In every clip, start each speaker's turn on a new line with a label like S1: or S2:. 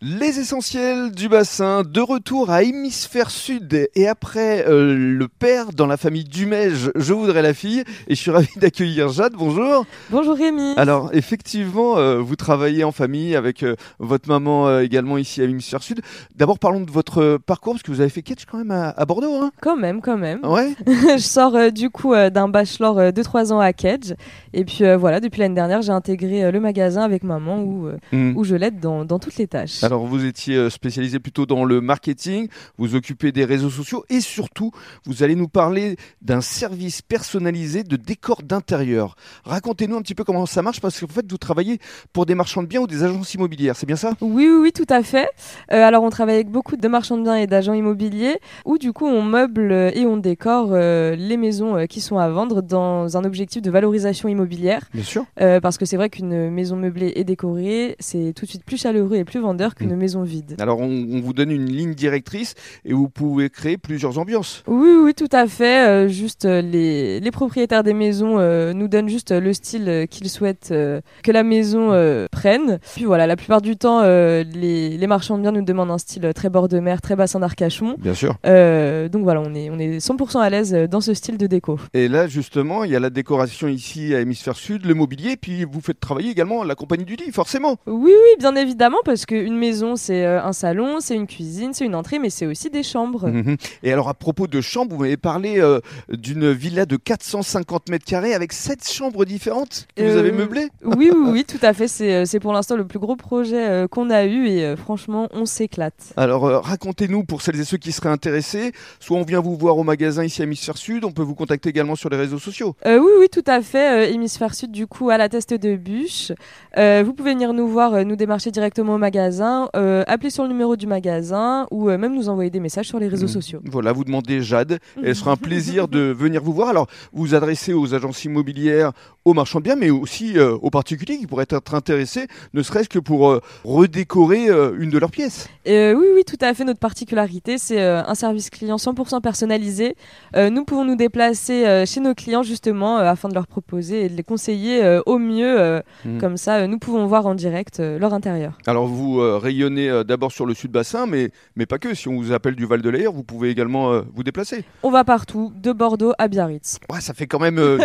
S1: Les essentiels du bassin, de retour à Hémisphère Sud. Et après euh, le père dans la famille Dumège, je voudrais la fille. Et je suis ravi d'accueillir Jade. Bonjour.
S2: Bonjour Rémi.
S1: Alors, effectivement, euh, vous travaillez en famille avec euh, votre maman euh, également ici à Hémisphère Sud. D'abord, parlons de votre euh, parcours, parce que vous avez fait catch quand même à, à Bordeaux. Hein
S2: Quand même, quand même.
S1: ouais.
S2: je sors euh, du coup euh, d'un bachelor euh, de 3 ans à Kedge. Et puis euh, voilà, depuis l'année dernière, j'ai intégré euh, le magasin avec maman où, euh,
S1: Hmm.
S2: où je l'aide dans, dans toutes les tâches.
S1: Alors, vous étiez euh, spécialisé plutôt dans le marketing, vous occupez des réseaux sociaux et surtout, vous allez nous parler d'un service personnalisé de décor d'intérieur. Racontez-nous un petit peu comment ça marche parce qu'en fait, vous travaillez pour des marchands de biens ou des agences immobilières, c'est bien ça
S2: Oui, oui, oui, tout à fait. Euh, alors, on travaille avec beaucoup de marchands de biens et d'agents immobiliers, où du coup, on meuble euh, et on décore euh, les maisons euh, qui sont à vendre dans un objectif de valorisation immobilière.
S1: Bien sûr.
S2: Euh, parce que c'est vrai qu'une maison meublée et décorée, c'est tout de suite plus chaleureux et plus vendeur qu'une
S1: Mm.
S2: maison vide.
S1: Alors, on, on vous donne une ligne directrice et vous pouvez créer plusieurs ambiances.
S2: Oui, oui, tout à fait. Euh, juste euh, les, les propriétaires des maisons euh, nous donnent juste euh, le style euh, qu'ils souhaitent euh, que la maison euh, prenne. Puis voilà, la plupart du temps, euh, les, les marchands de biens nous demandent un style euh, très bord de mer, très bassin d'Arcachon.
S1: Bien sûr.
S2: Euh, donc voilà, on est, on est 100% à l'aise euh, dans ce style de déco.
S1: Et là, justement, il y a la décoration ici à Hémisphère Sud, le mobilier, puis vous faites travailler également la compagnie du lit, forcément.
S2: Oui, oui, bien évidemment, parce qu'une maison, c'est euh, un salon, c'est une cuisine, c'est une entrée, mais c'est aussi des chambres.
S1: Mhm. Et alors, à propos de chambres, vous m'avez parlé euh, d'une villa de 450 mètres carrés avec sept chambres différentes que vous
S2: Euh,
S1: avez meublées.
S2: Oui, oui, oui, tout à fait. C'est euh, c'est pour l'instant le plus gros projet euh, qu'on a eu et euh, franchement, on s'éclate.
S1: Alors, euh, racontez-nous pour celles et ceux qui seraient intéressés. Soit on vient vous voir au magasin ici à Hémisphère Sud, on peut vous contacter également sur les réseaux sociaux.
S2: Euh, oui, oui, tout à fait. Euh, hémisphère Sud, du coup, à la teste de bûche. Euh, vous pouvez venir nous voir, euh, nous démarcher directement au magasin, euh, appeler sur le numéro du magasin ou euh, même nous envoyer des messages sur les réseaux
S1: Mhm.
S2: sociaux.
S1: Voilà, vous demandez Jade. Elle sera un plaisir de venir vous voir. Alors, vous vous adressez aux agences immobilières, aux marchands de biens, mais aussi euh, aux particuliers qui pourraient être intéressés, ne serait-ce que pour euh, redécorer euh, une de leurs pièces.
S2: Euh, oui, oui, tout à fait. Notre particularité, c'est euh, un service client 100% personnalisé. Euh, nous pouvons nous déplacer euh, chez nos clients, justement, euh, afin de leur proposer et de les conseiller euh, au mieux. euh,
S1: Mhm.
S2: Comme ça, euh, nous pouvons voir en direct euh, leur intérieur.
S1: Alors, vous euh, rayonnez euh, d'abord sur le sud-bassin, mais, mais pas que. Si on vous appelle du Val de l'Air, vous pouvez également euh, vous déplacer.
S2: On va partout, de Bordeaux à Biarritz.
S1: Ouais, ça fait quand même euh,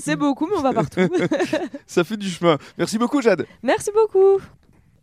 S2: C'est beaucoup, mais on va partout.
S1: ça fait du chemin. Merci beaucoup, Jade.
S2: Merci beaucoup.